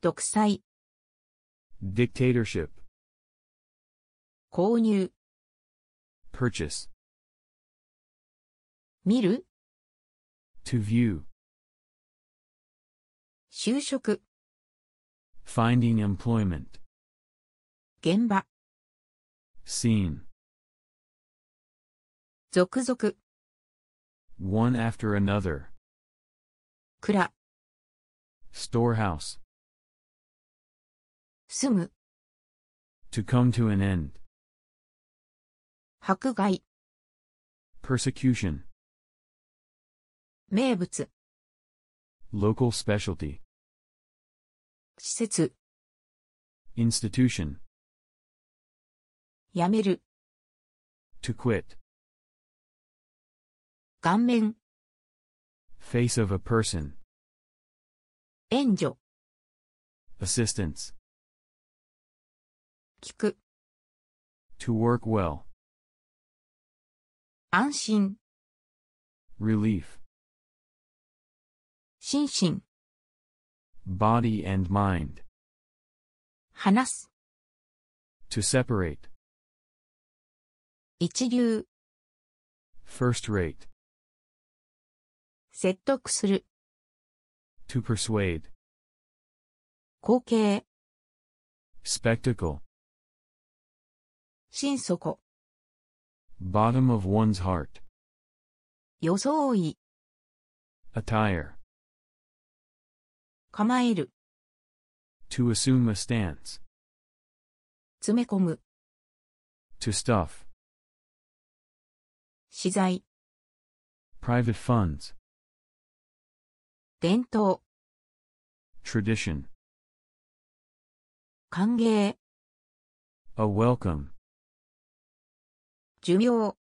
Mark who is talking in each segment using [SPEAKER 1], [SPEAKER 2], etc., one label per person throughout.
[SPEAKER 1] 独裁、
[SPEAKER 2] dictatorship,
[SPEAKER 1] 購入、
[SPEAKER 2] purchase,
[SPEAKER 1] 見る、
[SPEAKER 2] to view,
[SPEAKER 1] 就職、
[SPEAKER 2] finding employment,
[SPEAKER 1] 現場、
[SPEAKER 2] scene,
[SPEAKER 1] 続々、
[SPEAKER 2] one after another,
[SPEAKER 1] 蔵、
[SPEAKER 2] storehouse,
[SPEAKER 1] 住む、
[SPEAKER 2] to come to an end,
[SPEAKER 1] 迫害、
[SPEAKER 2] persecution,
[SPEAKER 1] 名物、
[SPEAKER 2] local specialty,
[SPEAKER 1] 施設、
[SPEAKER 2] institution,
[SPEAKER 1] やめる、
[SPEAKER 2] to quit,
[SPEAKER 1] 顔面、
[SPEAKER 2] face of a person,
[SPEAKER 1] 援助、
[SPEAKER 2] assistance,
[SPEAKER 1] 聞く、
[SPEAKER 2] to work well,
[SPEAKER 1] 安心、
[SPEAKER 2] relief,
[SPEAKER 1] 心身、
[SPEAKER 2] body and mind,
[SPEAKER 1] 話す、
[SPEAKER 2] to separate,
[SPEAKER 1] 一流、
[SPEAKER 2] first rate,
[SPEAKER 1] 説得する、
[SPEAKER 2] to persuade,
[SPEAKER 1] 後継、
[SPEAKER 2] spectacle,
[SPEAKER 1] 心底、
[SPEAKER 2] bottom of one's heart,
[SPEAKER 1] 装い、
[SPEAKER 2] attire,
[SPEAKER 1] 構える、
[SPEAKER 2] to assume a stance,
[SPEAKER 1] 詰め込む、
[SPEAKER 2] to stuff,
[SPEAKER 1] 資材、
[SPEAKER 2] private funds,
[SPEAKER 1] 伝統、
[SPEAKER 2] tradition,
[SPEAKER 1] 歓迎、
[SPEAKER 2] a welcome,
[SPEAKER 1] 寿命、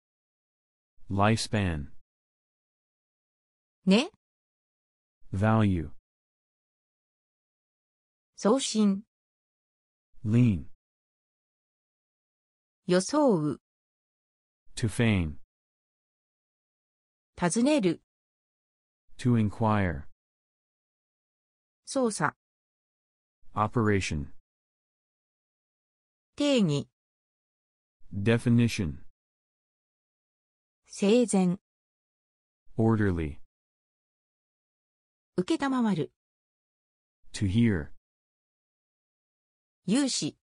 [SPEAKER 2] lifespan,
[SPEAKER 1] ね、
[SPEAKER 2] value,
[SPEAKER 1] 送信、
[SPEAKER 2] lean,
[SPEAKER 1] 装う、
[SPEAKER 2] to feign,
[SPEAKER 1] 尋ねる、
[SPEAKER 2] to inquire,
[SPEAKER 1] 操作、
[SPEAKER 2] operation,
[SPEAKER 1] 定義、
[SPEAKER 2] definition,
[SPEAKER 1] 生前、
[SPEAKER 2] orderly,
[SPEAKER 1] 受けたまわる、
[SPEAKER 2] to hear,
[SPEAKER 1] 融資、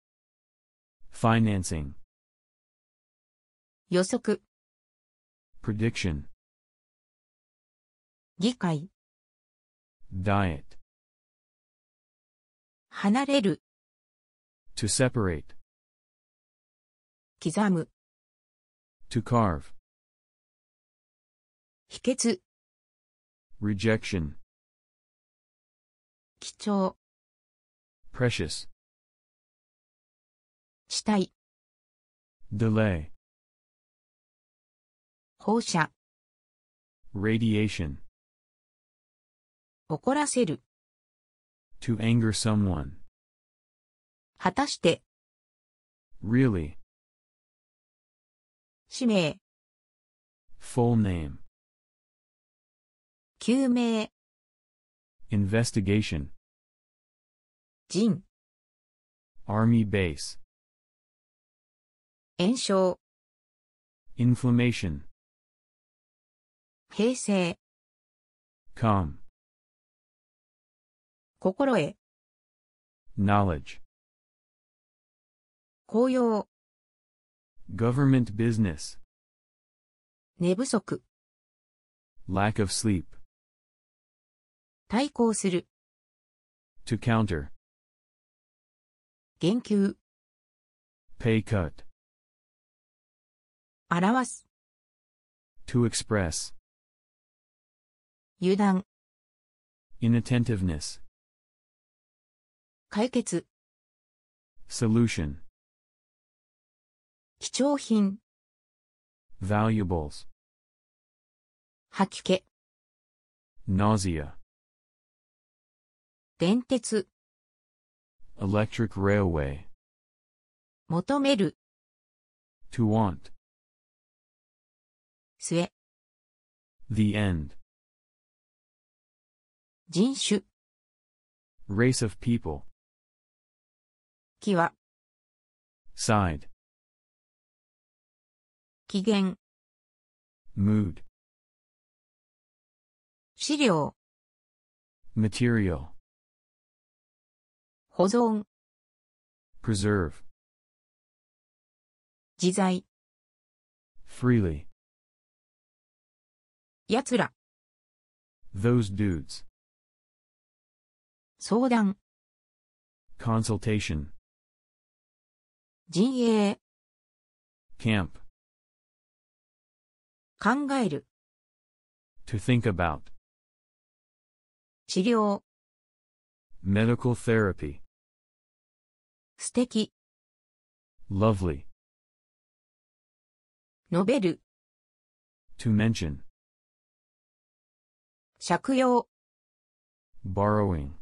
[SPEAKER 2] financing,
[SPEAKER 1] 予測、
[SPEAKER 2] prediction,
[SPEAKER 1] 議会、
[SPEAKER 2] diet,
[SPEAKER 1] 離れる、
[SPEAKER 2] to separate,
[SPEAKER 1] 刻む、
[SPEAKER 2] to carve,
[SPEAKER 1] 秘訣、
[SPEAKER 2] rejection,
[SPEAKER 1] 貴重、
[SPEAKER 2] precious,
[SPEAKER 1] 地帯、
[SPEAKER 2] delay,
[SPEAKER 1] 放射、
[SPEAKER 2] radiation,
[SPEAKER 1] 怒らせる、
[SPEAKER 2] to anger someone,
[SPEAKER 1] 果たして、
[SPEAKER 2] really,
[SPEAKER 1] 氏名、
[SPEAKER 2] full name,
[SPEAKER 1] 救命、
[SPEAKER 2] investigation,
[SPEAKER 1] 人、
[SPEAKER 2] army base,
[SPEAKER 1] 炎症、
[SPEAKER 2] inflammation,
[SPEAKER 1] 平成、
[SPEAKER 2] come,
[SPEAKER 1] 心得、
[SPEAKER 2] knowledge,
[SPEAKER 1] 紅葉、
[SPEAKER 2] government business,
[SPEAKER 1] 寝不足、
[SPEAKER 2] lack of sleep,
[SPEAKER 1] 対抗する、
[SPEAKER 2] to counter,
[SPEAKER 1] 言及、
[SPEAKER 2] pay cut,
[SPEAKER 1] 表す、
[SPEAKER 2] to express,
[SPEAKER 1] 油断、
[SPEAKER 2] inattentiveness,
[SPEAKER 1] 解決、
[SPEAKER 2] solution,
[SPEAKER 1] 貴重品、
[SPEAKER 2] valuables,
[SPEAKER 1] 吐き気、
[SPEAKER 2] nausea,
[SPEAKER 1] 電鉄、
[SPEAKER 2] electric railway,
[SPEAKER 1] 求める、
[SPEAKER 2] to want,
[SPEAKER 1] 末、
[SPEAKER 2] the end,
[SPEAKER 1] 人種、
[SPEAKER 2] race of people,
[SPEAKER 1] きは、
[SPEAKER 2] side,
[SPEAKER 1] 機嫌、
[SPEAKER 2] mood,
[SPEAKER 1] 資料、
[SPEAKER 2] material,
[SPEAKER 1] 保存、
[SPEAKER 2] preserve,
[SPEAKER 1] 自在、
[SPEAKER 2] freely,
[SPEAKER 1] 奴ら、
[SPEAKER 2] those dudes,
[SPEAKER 1] 相談、
[SPEAKER 2] consultation,
[SPEAKER 1] 陣営、
[SPEAKER 2] camp,
[SPEAKER 1] 考える、
[SPEAKER 2] to think about,
[SPEAKER 1] 治療、
[SPEAKER 2] medical therapy,
[SPEAKER 1] 素敵、
[SPEAKER 2] lovely,
[SPEAKER 1] 述べる、
[SPEAKER 2] to mention,
[SPEAKER 1] 借用、
[SPEAKER 2] borrowing,